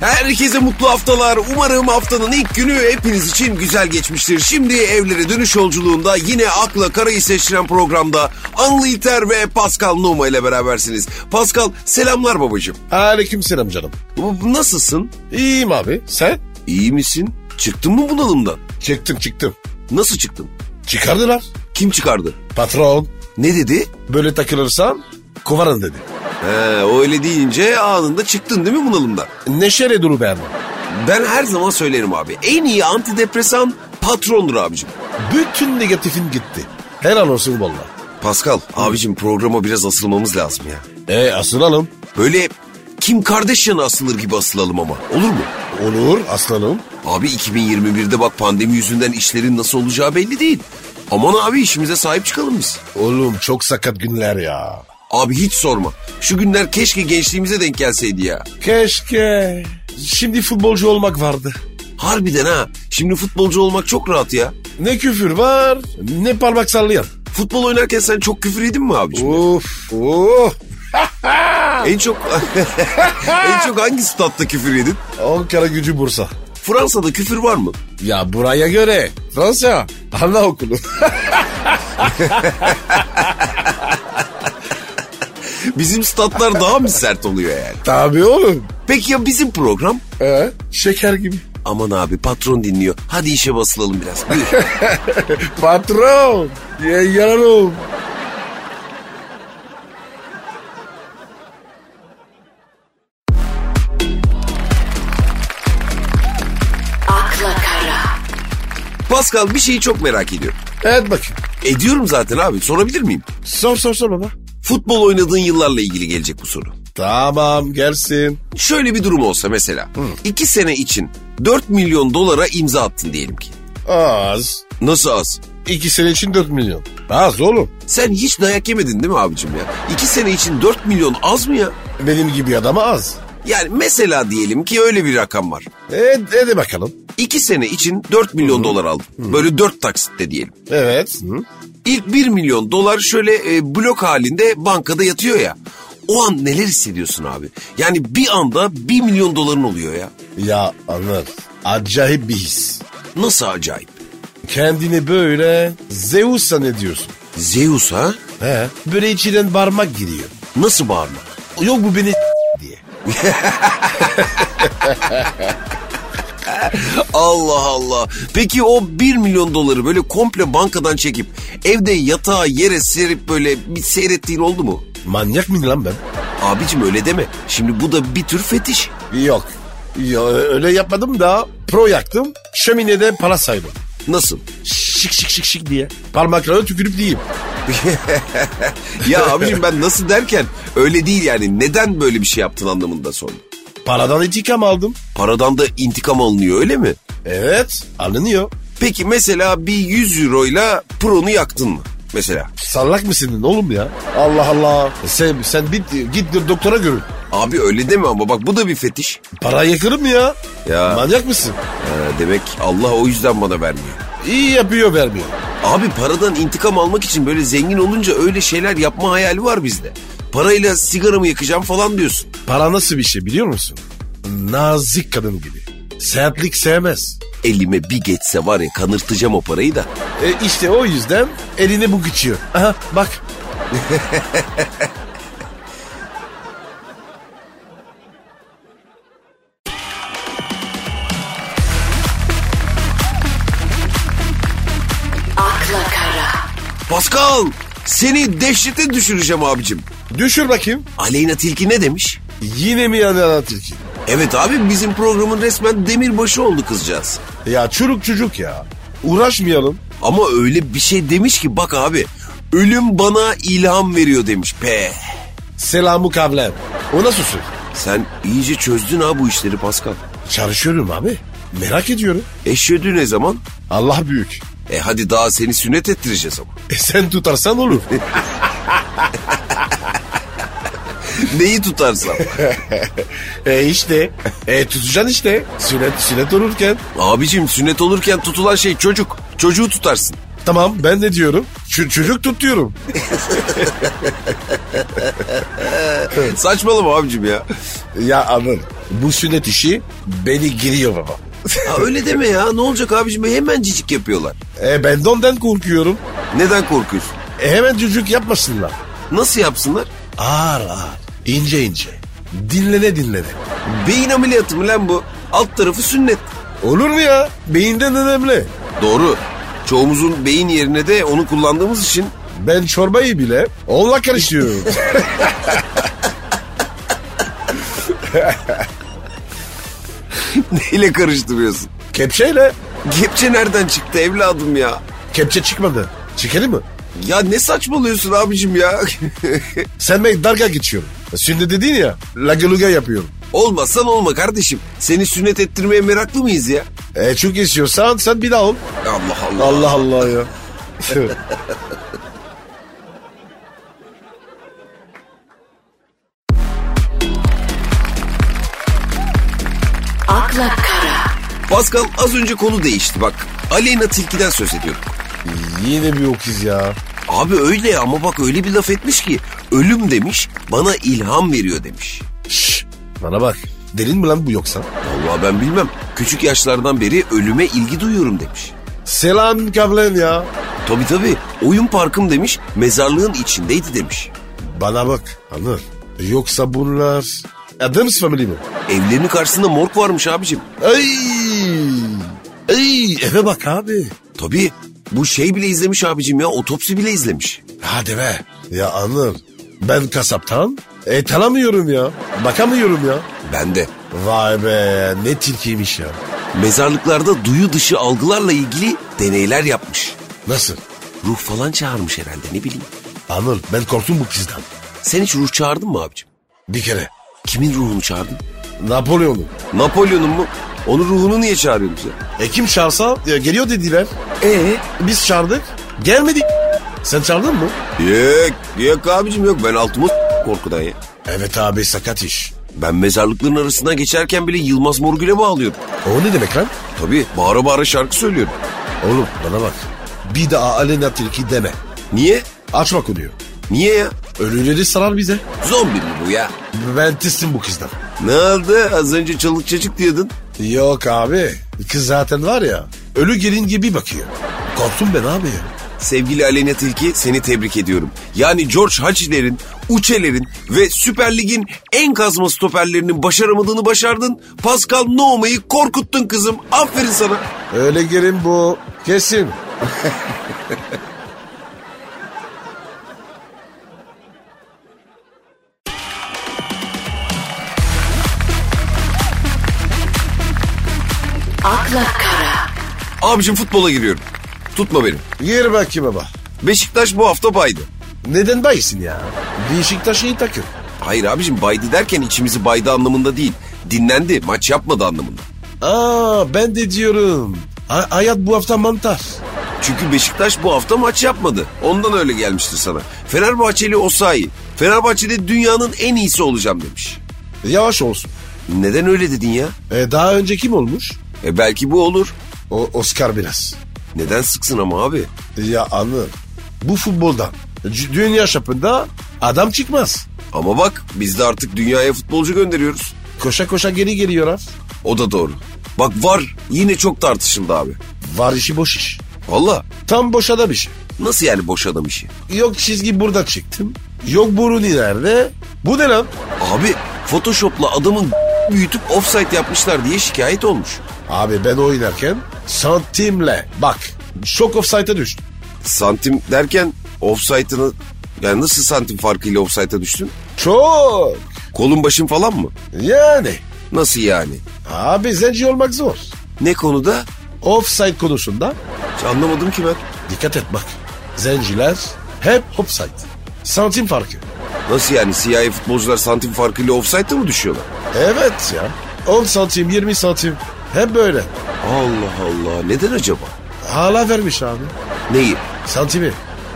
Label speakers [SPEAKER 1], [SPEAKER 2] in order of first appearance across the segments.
[SPEAKER 1] Herkese mutlu haftalar. Umarım haftanın ilk günü hepiniz için güzel geçmiştir. Şimdi evlere dönüş yolculuğunda yine akla karayı seçtiren programda Anıl İlter ve Pascal Numa ile berabersiniz. Pascal selamlar babacığım.
[SPEAKER 2] Aleyküm selam canım.
[SPEAKER 1] Bu- bu Nasılsın?
[SPEAKER 2] İyiyim abi. Sen?
[SPEAKER 1] İyi misin? Çıktın mı bunalımdan?
[SPEAKER 2] Çıktım çıktım.
[SPEAKER 1] Nasıl çıktın?
[SPEAKER 2] Çıkardılar.
[SPEAKER 1] Kim çıkardı?
[SPEAKER 2] Patron
[SPEAKER 1] Ne dedi?
[SPEAKER 2] böyle takılırsan kovarın dedi.
[SPEAKER 1] He, o öyle deyince anında çıktın değil mi bunalımdan?
[SPEAKER 2] Neşeyle duru beğenmem.
[SPEAKER 1] Ben her zaman söylerim abi. En iyi antidepresan patrondur abicim.
[SPEAKER 2] Bütün negatifin gitti. Helal olsun valla.
[SPEAKER 1] Pascal abicim programa biraz asılmamız lazım ya.
[SPEAKER 2] E asılalım.
[SPEAKER 1] Böyle Kim Kardashian'a asılır gibi asılalım ama. Olur mu?
[SPEAKER 2] Olur aslanım.
[SPEAKER 1] Abi 2021'de bak pandemi yüzünden işlerin nasıl olacağı belli değil. Aman abi işimize sahip çıkalım biz.
[SPEAKER 2] Oğlum çok sakat günler ya.
[SPEAKER 1] Abi hiç sorma. Şu günler keşke gençliğimize denk gelseydi ya.
[SPEAKER 2] Keşke. Şimdi futbolcu olmak vardı.
[SPEAKER 1] Harbiden ha. Şimdi futbolcu olmak çok rahat ya.
[SPEAKER 2] Ne küfür var ne parmak sallayan.
[SPEAKER 1] Futbol oynarken sen çok küfür yedin mi abicim?
[SPEAKER 2] Of of.
[SPEAKER 1] En çok en çok hangi statta küfür yedin?
[SPEAKER 2] Ankara gücü Bursa.
[SPEAKER 1] Fransa'da küfür var mı?
[SPEAKER 2] Ya buraya göre Fransa anaokulu.
[SPEAKER 1] Bizim statlar daha mı sert oluyor yani?
[SPEAKER 2] Tabii oğlum.
[SPEAKER 1] Peki ya bizim program?
[SPEAKER 2] Ee, şeker gibi.
[SPEAKER 1] Aman abi patron dinliyor. Hadi işe basılalım biraz. Buyur.
[SPEAKER 2] Patron. Ya, yararım.
[SPEAKER 3] akla kara,
[SPEAKER 1] Pascal bir şeyi çok merak ediyorum.
[SPEAKER 2] Evet bakayım.
[SPEAKER 1] Ediyorum zaten abi. Sorabilir miyim?
[SPEAKER 2] Sor sor sor baba.
[SPEAKER 1] Futbol oynadığın yıllarla ilgili gelecek bu soru.
[SPEAKER 2] Tamam gelsin.
[SPEAKER 1] Şöyle bir durum olsa mesela. iki sene için 4 milyon dolara imza attın diyelim ki.
[SPEAKER 2] Az.
[SPEAKER 1] Nasıl az?
[SPEAKER 2] İki sene için 4 milyon. Az oğlum.
[SPEAKER 1] Sen hiç dayak yemedin değil mi abicim ya? 2 sene için 4 milyon az mı ya?
[SPEAKER 2] Benim gibi adama az.
[SPEAKER 1] Yani mesela diyelim ki öyle bir rakam var.
[SPEAKER 2] E, hadi bakalım.
[SPEAKER 1] 2 sene için 4 milyon dolar aldın. Böyle 4 taksitte diyelim.
[SPEAKER 2] Evet. Hı.
[SPEAKER 1] İlk 1 milyon dolar şöyle e, blok halinde bankada yatıyor ya. O an neler hissediyorsun abi? Yani bir anda 1 milyon doların oluyor ya.
[SPEAKER 2] Ya anlar. Acayip bir his.
[SPEAKER 1] Nasıl acayip.
[SPEAKER 2] Kendini böyle Zeus zannediyorsun.
[SPEAKER 1] Zeus ha?
[SPEAKER 2] He. Böyle içinden parmak giriyor.
[SPEAKER 1] Nasıl bağırmak?
[SPEAKER 2] Yok bu beni diye.
[SPEAKER 1] Allah Allah. Peki o 1 milyon doları böyle komple bankadan çekip evde yatağa yere serip böyle bir seyrettiğin oldu mu?
[SPEAKER 2] Manyak mıyım lan ben?
[SPEAKER 1] Abicim öyle deme. Şimdi bu da bir tür fetiş.
[SPEAKER 2] Yok. Yo, öyle yapmadım da pro yaktım. Şöminede para saydım.
[SPEAKER 1] Nasıl?
[SPEAKER 2] Şık şık şık şık diye. Parmaklarına tükürüp diyeyim.
[SPEAKER 1] Ya abicim ben nasıl derken öyle değil yani. Neden böyle bir şey yaptın anlamında sordum.
[SPEAKER 2] Paradan intikam aldım.
[SPEAKER 1] Paradan da intikam alınıyor öyle mi?
[SPEAKER 2] Evet alınıyor.
[SPEAKER 1] Peki mesela bir 100 euroyla pronu yaktın mı? Mesela.
[SPEAKER 2] Sallak mısın oğlum ya? Allah Allah. Sen, sen bit, git bir doktora görün.
[SPEAKER 1] Abi öyle deme ama bak bu da bir fetiş.
[SPEAKER 2] Para yakarım ya.
[SPEAKER 1] Ya.
[SPEAKER 2] Manyak mısın?
[SPEAKER 1] Ha, demek Allah o yüzden bana vermiyor.
[SPEAKER 2] İyi yapıyor vermiyor.
[SPEAKER 1] Abi paradan intikam almak için böyle zengin olunca öyle şeyler yapma hayali var bizde. Parayla sigaramı yakacağım falan diyorsun.
[SPEAKER 2] Para nasıl bir şey biliyor musun? Nazik kadın gibi. Sertlik sevmez.
[SPEAKER 1] Elime bir geçse var ya kanırtacağım o parayı da.
[SPEAKER 2] E işte o yüzden eline bu geçiyor. Aha bak
[SPEAKER 3] akla kara,
[SPEAKER 1] Pascal seni dehşete düşüreceğim abicim.
[SPEAKER 2] düşür bakayım.
[SPEAKER 1] Aleyna Tilki ne demiş?
[SPEAKER 2] Yine mi yani anlatır ki?
[SPEAKER 1] Evet abi bizim programın resmen demirbaşı oldu kızcağız.
[SPEAKER 2] Ya çocuk çocuk ya. Uğraşmayalım.
[SPEAKER 1] Ama öyle bir şey demiş ki bak abi ölüm bana ilham veriyor demiş. Pe.
[SPEAKER 2] Selamu kablem. O nasıl söz?
[SPEAKER 1] Sen iyice çözdün ha bu işleri Pascal.
[SPEAKER 2] Çalışıyorum abi. Merak ediyorum.
[SPEAKER 1] Eşyödü ne zaman?
[SPEAKER 2] Allah büyük.
[SPEAKER 1] E hadi daha seni sünnet ettireceğiz ama.
[SPEAKER 2] E sen tutarsan olur.
[SPEAKER 1] Neyi tutarsan.
[SPEAKER 2] e işte. E tutacaksın işte. Sünnet, sünnet olurken.
[SPEAKER 1] Abicim sünnet olurken tutulan şey çocuk. Çocuğu tutarsın.
[SPEAKER 2] Tamam ben de diyorum. Ç- çocuk tut diyorum.
[SPEAKER 1] Saçmalama abicim ya.
[SPEAKER 2] Ya anın. Bu sünnet işi beni giriyor baba.
[SPEAKER 1] Ha, öyle deme ya ne olacak abicim hemen cicik yapıyorlar.
[SPEAKER 2] E ben de ondan korkuyorum.
[SPEAKER 1] Neden korkuyorsun?
[SPEAKER 2] E hemen cücük yapmasınlar.
[SPEAKER 1] Nasıl yapsınlar?
[SPEAKER 2] Ağır ağır. ince ince. Dinlene dinlene.
[SPEAKER 1] Beyin ameliyatı mı lan bu? Alt tarafı sünnet.
[SPEAKER 2] Olur mu ya? Beyinden önemli.
[SPEAKER 1] Doğru. Çoğumuzun beyin yerine de onu kullandığımız için
[SPEAKER 2] Ben çorbayı bile onunla karıştırıyorum.
[SPEAKER 1] neyle karıştırıyorsun?
[SPEAKER 2] Kepçeyle.
[SPEAKER 1] Kepçe nereden çıktı evladım ya?
[SPEAKER 2] Kepçe çıkmadı. Çekelim mi?
[SPEAKER 1] Ya ne saçmalıyorsun abicim ya?
[SPEAKER 2] Sen ben dalga geçiyorum. Sünnet dedin ya. Lagaluga yapıyorum.
[SPEAKER 1] Olmazsan olma kardeşim. Seni sünnet ettirmeye meraklı mıyız ya?
[SPEAKER 2] E çok istiyorsan sen bir daha ol.
[SPEAKER 1] Allah Allah.
[SPEAKER 2] Allah Allah ya.
[SPEAKER 3] akla kara,
[SPEAKER 1] Pascal az önce konu değişti bak. Aleyna Tilki'den söz ediyorum.
[SPEAKER 2] Yine bir okiz ya.
[SPEAKER 1] Abi öyle ama bak öyle bir laf etmiş ki ölüm demiş bana ilham veriyor demiş.
[SPEAKER 2] Şş, bana bak. Derin mi lan bu yoksa?
[SPEAKER 1] Vallahi ben bilmem. Küçük yaşlardan beri ölüme ilgi duyuyorum demiş.
[SPEAKER 2] Selam kablen ya.
[SPEAKER 1] Tabii tabii. Oyun parkım demiş. Mezarlığın içindeydi demiş.
[SPEAKER 2] Bana bak Anır. Yoksa bunlar... Adams Family mi?
[SPEAKER 1] Evlerinin karşısında morg varmış abicim.
[SPEAKER 2] Ay, ay eve bak abi.
[SPEAKER 1] Tabii. Bu şey bile izlemiş abicim ya. Otopsi bile izlemiş.
[SPEAKER 2] Hadi be. Ya Anır ben kasaptan et alamıyorum ya. Bakamıyorum ya.
[SPEAKER 1] Ben de.
[SPEAKER 2] Vay be ne tilkiymiş ya.
[SPEAKER 1] Mezarlıklarda duyu dışı algılarla ilgili deneyler yapmış.
[SPEAKER 2] Nasıl?
[SPEAKER 1] Ruh falan çağırmış herhalde ne bileyim.
[SPEAKER 2] Anır ben korktum bu kızdan.
[SPEAKER 1] Sen hiç ruh çağırdın mı abicim?
[SPEAKER 2] Bir kere
[SPEAKER 1] Kimin ruhunu çağırdın?
[SPEAKER 2] Napolyon'u.
[SPEAKER 1] Napolyon'un mu? Onun ruhunu niye çağırıyorsun sen?
[SPEAKER 2] E kim çağırsa ya geliyor dediler.
[SPEAKER 1] Ee?
[SPEAKER 2] Biz çağırdık. Gelmedik. Sen çağırdın mı?
[SPEAKER 1] Yok, yok abicim yok. Ben altıma s- korkudan ya.
[SPEAKER 2] Evet abi sakat iş.
[SPEAKER 1] Ben mezarlıkların arasından geçerken bile Yılmaz Morgül'e bağlıyorum.
[SPEAKER 2] O ne demek lan?
[SPEAKER 1] Tabii bağıra bağıra şarkı söylüyorum.
[SPEAKER 2] Oğlum bana bak. Bir daha Alena Tilki deme.
[SPEAKER 1] Niye?
[SPEAKER 2] Açma konuyu.
[SPEAKER 1] Niye ya?
[SPEAKER 2] Ölüleri sarar bize.
[SPEAKER 1] Zombi mi bu ya?
[SPEAKER 2] Ben teslim bu kızdan.
[SPEAKER 1] Ne oldu? Az önce çalık çocuk diyordun.
[SPEAKER 2] Yok abi. Kız zaten var ya. Ölü gelin gibi bakıyor. Korktum ben abi.
[SPEAKER 1] Sevgili Aleyna Tilki seni tebrik ediyorum. Yani George Haciler'in, Uçeler'in ve Süper Lig'in en kazma stoperlerinin başaramadığını başardın. Pascal Nohma'yı korkuttun kızım. Aferin sana.
[SPEAKER 2] Öyle gelin bu. Kesin.
[SPEAKER 3] akla kara,
[SPEAKER 1] Abicim futbola giriyorum. Tutma beni.
[SPEAKER 2] Gir bakayım baba.
[SPEAKER 1] Beşiktaş bu hafta baydı.
[SPEAKER 2] Neden bayisin ya? Beşiktaş iyi takım.
[SPEAKER 1] Hayır abicim baydı derken içimizi baydı anlamında değil. Dinlendi, maç yapmadı anlamında.
[SPEAKER 2] Aa ben de diyorum. Ha- hayat bu hafta mantar.
[SPEAKER 1] Çünkü Beşiktaş bu hafta maç yapmadı. Ondan öyle gelmiştir sana. Fenerbahçeli Osayi, Fenerbahçe'de dünyanın en iyisi olacağım demiş.
[SPEAKER 2] Yavaş olsun.
[SPEAKER 1] Neden öyle dedin ya?
[SPEAKER 2] E, daha önce kim olmuş?
[SPEAKER 1] E belki bu olur.
[SPEAKER 2] O Oscar biraz.
[SPEAKER 1] Neden sıksın ama abi?
[SPEAKER 2] Ya anı. Bu futboldan. c- Dünya çapında adam çıkmaz.
[SPEAKER 1] Ama bak biz de artık dünyaya futbolcu gönderiyoruz.
[SPEAKER 2] Koşa koşa geri geliyorlar.
[SPEAKER 1] O da doğru. Bak var yine çok tartışıldı abi.
[SPEAKER 2] Var işi boş iş.
[SPEAKER 1] Valla
[SPEAKER 2] Tam boş adam işi.
[SPEAKER 1] nasıl yani boş adam işi?
[SPEAKER 2] Yok çizgi burada çıktım. Yok burun ileride. Bu ne lan?
[SPEAKER 1] Abi Photoshop'la adamın büyütüp offside yapmışlar diye şikayet olmuş.
[SPEAKER 2] Abi ben oynarken santimle bak. Şok offside'a düştüm.
[SPEAKER 1] Santim derken offside'ını yani nasıl santim farkıyla offside'a düştün?
[SPEAKER 2] Çok.
[SPEAKER 1] Kolun başın falan mı?
[SPEAKER 2] Yani.
[SPEAKER 1] Nasıl yani?
[SPEAKER 2] Abi zenci olmak zor.
[SPEAKER 1] Ne konuda?
[SPEAKER 2] Offside konusunda
[SPEAKER 1] Hiç anlamadım ki ben.
[SPEAKER 2] dikkat et bak. Zenciler hep offside. Santim farkı.
[SPEAKER 1] Nasıl yani siyahi futbolcular santim farkıyla offside'da mı düşüyorlar?
[SPEAKER 2] Evet ya. 10 santim 20 santim. Hep böyle.
[SPEAKER 1] Allah Allah neden acaba?
[SPEAKER 2] Hala vermiş abi.
[SPEAKER 1] Neyi?
[SPEAKER 2] Santimi.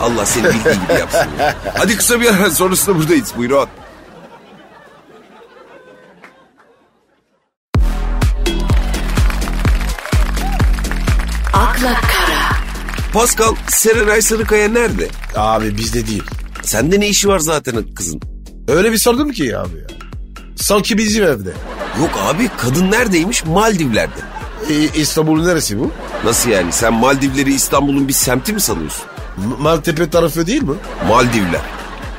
[SPEAKER 1] Allah seni bildiği gibi yapsın. ya. Hadi kısa bir ara sonrasında buradayız. Buyurun.
[SPEAKER 3] akla kara,
[SPEAKER 1] Pascal Serenay Sarıkaya nerede?
[SPEAKER 2] Abi bizde değil.
[SPEAKER 1] Sende ne işi var zaten kızın?
[SPEAKER 2] Öyle bir sordum ki abi ya. Sanki bizim evde.
[SPEAKER 1] Yok abi kadın neredeymiş? Maldivler'de.
[SPEAKER 2] E, İstanbul'un neresi bu?
[SPEAKER 1] Nasıl yani? Sen Maldivleri İstanbul'un bir semti mi sanıyorsun?
[SPEAKER 2] M- Maltepe tarafı değil mi?
[SPEAKER 1] Maldivler.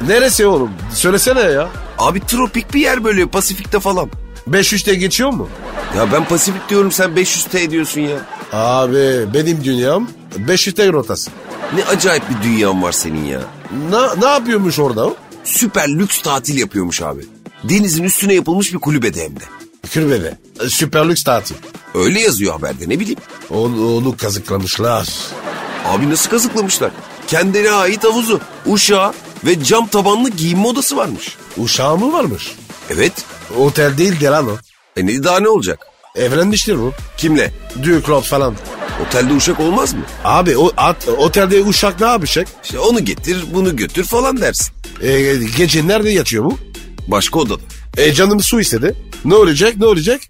[SPEAKER 2] Neresi oğlum? Söylesene ya.
[SPEAKER 1] Abi tropik bir yer böyle Pasifik'te falan.
[SPEAKER 2] 5-3'te geçiyor mu?
[SPEAKER 1] Ya ben Pasifik diyorum sen 500T diyorsun ya.
[SPEAKER 2] Abi benim dünyam 500'te rotası.
[SPEAKER 1] Ne acayip bir dünyan var senin ya.
[SPEAKER 2] Na, ne yapıyormuş orada o?
[SPEAKER 1] Süper lüks tatil yapıyormuş abi. Denizin üstüne yapılmış bir kulübede hem de.
[SPEAKER 2] Kürbede. E, Süper lüks tatil.
[SPEAKER 1] Öyle yazıyor haberde ne bileyim.
[SPEAKER 2] Onu, onu kazıklamışlar.
[SPEAKER 1] Abi nasıl kazıklamışlar? Kendine ait havuzu, uşağı ve cam tabanlı giyinme odası varmış.
[SPEAKER 2] Uşağı mı varmış?
[SPEAKER 1] Evet.
[SPEAKER 2] Otel değil de lan o.
[SPEAKER 1] E ne daha ne olacak?
[SPEAKER 2] Evlenmiştir bu.
[SPEAKER 1] Kimle?
[SPEAKER 2] Duke Lord falan.
[SPEAKER 1] Otelde uşak olmaz mı?
[SPEAKER 2] Abi o at, otelde uşak ne yapacak?
[SPEAKER 1] İşte onu getir, bunu götür falan dersin.
[SPEAKER 2] E, gece nerede yatıyor bu?
[SPEAKER 1] Başka odada.
[SPEAKER 2] E, canım su istedi. Ne olacak ne olacak?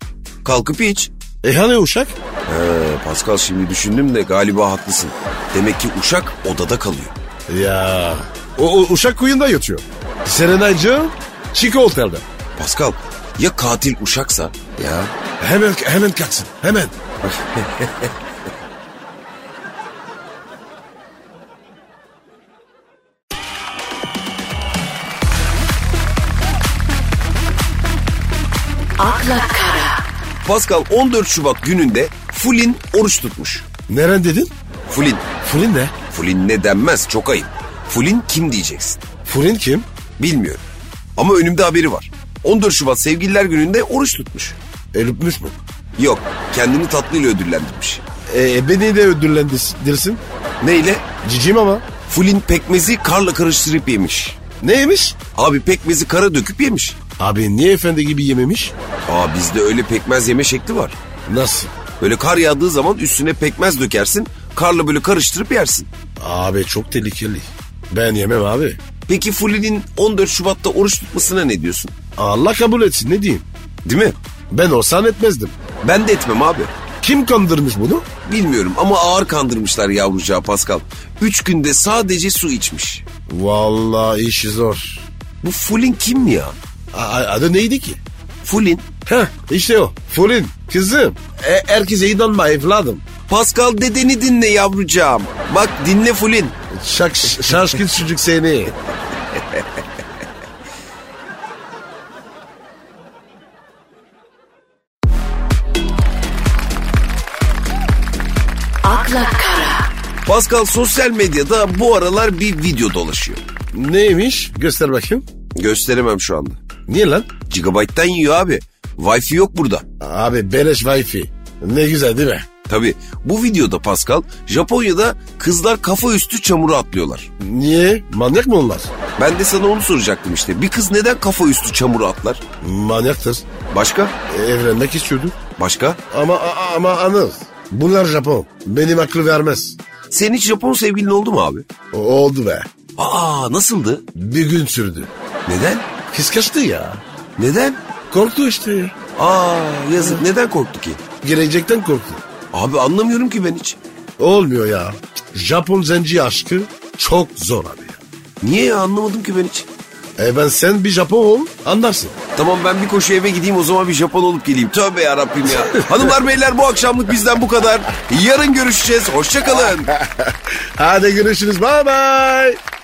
[SPEAKER 1] Kalkıp iç.
[SPEAKER 2] E hani uşak?
[SPEAKER 1] He, E, Pascal şimdi düşündüm de galiba haklısın. Demek ki uşak odada kalıyor.
[SPEAKER 2] Ya. O, o uşak kuyunda yatıyor. Serenaycığım Chico otelde.
[SPEAKER 1] Pascal ya katil uşaksa? Ya.
[SPEAKER 2] Hemen hemen kalksın hemen.
[SPEAKER 3] akla kara,
[SPEAKER 1] Pascal 14 Şubat gününde Fulin oruç tutmuş.
[SPEAKER 2] Neren dedin?
[SPEAKER 1] Fulin.
[SPEAKER 2] Fulin ne?
[SPEAKER 1] Fulin ne denmez çok ayıp. Fulin kim diyeceksin?
[SPEAKER 2] Fulin kim?
[SPEAKER 1] Bilmiyorum. Ama önümde haberi var. 14 Şubat sevgililer gününde oruç tutmuş.
[SPEAKER 2] Elüpmüş mü?
[SPEAKER 1] Yok kendini tatlıyla ödüllendirmiş.
[SPEAKER 2] E, beni de ödüllendirsin.
[SPEAKER 1] Neyle?
[SPEAKER 2] Cicim ama.
[SPEAKER 1] Fulin pekmezi karla karıştırıp yemiş.
[SPEAKER 2] Neymiş?
[SPEAKER 1] Abi pekmezi kara döküp yemiş.
[SPEAKER 2] Abi niye efendi gibi yememiş?
[SPEAKER 1] Aa bizde öyle pekmez yeme şekli var.
[SPEAKER 2] Nasıl?
[SPEAKER 1] Böyle kar yağdığı zaman üstüne pekmez dökersin. Karla böyle karıştırıp yersin.
[SPEAKER 2] Abi çok tehlikeli. Ben yemem abi.
[SPEAKER 1] Peki Fulin'in 14 Şubat'ta oruç tutmasına ne diyorsun?
[SPEAKER 2] Allah kabul etsin ne diyeyim.
[SPEAKER 1] Değil mi?
[SPEAKER 2] Ben olsan etmezdim.
[SPEAKER 1] Ben de etmem abi.
[SPEAKER 2] Kim kandırmış bunu?
[SPEAKER 1] Bilmiyorum ama ağır kandırmışlar yavrucağı Pascal. Üç günde sadece su içmiş.
[SPEAKER 2] Vallahi işi zor.
[SPEAKER 1] Bu Fulin kim ya?
[SPEAKER 2] A- a- adı neydi ki?
[SPEAKER 1] Fulin.
[SPEAKER 2] Heh işte o. Fulin kızım. E, herkese inanma evladım.
[SPEAKER 1] Pascal dedeni dinle yavrucağım. Bak dinle Fulin.
[SPEAKER 2] Şak, şaşkın çocuk seni.
[SPEAKER 3] akla kara,
[SPEAKER 1] Pascal sosyal medyada bu aralar bir video dolaşıyor.
[SPEAKER 2] Neymiş? Göster bakayım.
[SPEAKER 1] Gösteremem şu anda.
[SPEAKER 2] Niye lan?
[SPEAKER 1] Gigabyte'dan yiyor abi. Wi-Fi yok burada.
[SPEAKER 2] Abi beleş wifi. Ne güzel değil mi?
[SPEAKER 1] Tabi bu videoda Pascal Japonya'da kızlar kafa üstü çamura atlıyorlar.
[SPEAKER 2] Niye? Manyak mı onlar?
[SPEAKER 1] Ben de sana onu soracaktım işte. Bir kız neden kafa üstü çamura atlar?
[SPEAKER 2] Manyaktır.
[SPEAKER 1] Başka?
[SPEAKER 2] E, evlenmek istiyordu.
[SPEAKER 1] Başka?
[SPEAKER 2] Ama a- ama anıl. Bunlar Japon. Benim aklı vermez.
[SPEAKER 1] Senin hiç Japon sevgilin oldu mu abi?
[SPEAKER 2] O- oldu be.
[SPEAKER 1] Aa nasıldı?
[SPEAKER 2] Bir gün sürdü.
[SPEAKER 1] Neden?
[SPEAKER 2] Kıskançtı ya.
[SPEAKER 1] Neden?
[SPEAKER 2] Korktu işte.
[SPEAKER 1] Aa yazık neden korktu ki?
[SPEAKER 2] Gelecekten korktu.
[SPEAKER 1] Abi anlamıyorum ki ben hiç.
[SPEAKER 2] Olmuyor ya. Japon zenci aşkı çok zor abi ya.
[SPEAKER 1] Niye ya anlamadım ki ben hiç.
[SPEAKER 2] E ben sen bir Japon ol anlarsın.
[SPEAKER 1] Tamam ben bir koşu eve gideyim o zaman bir Japon olup geleyim. Tövbe yarabbim ya. Hanımlar beyler bu akşamlık bizden bu kadar. Yarın görüşeceğiz. Hoşçakalın.
[SPEAKER 2] Hadi görüşürüz. Bye bye.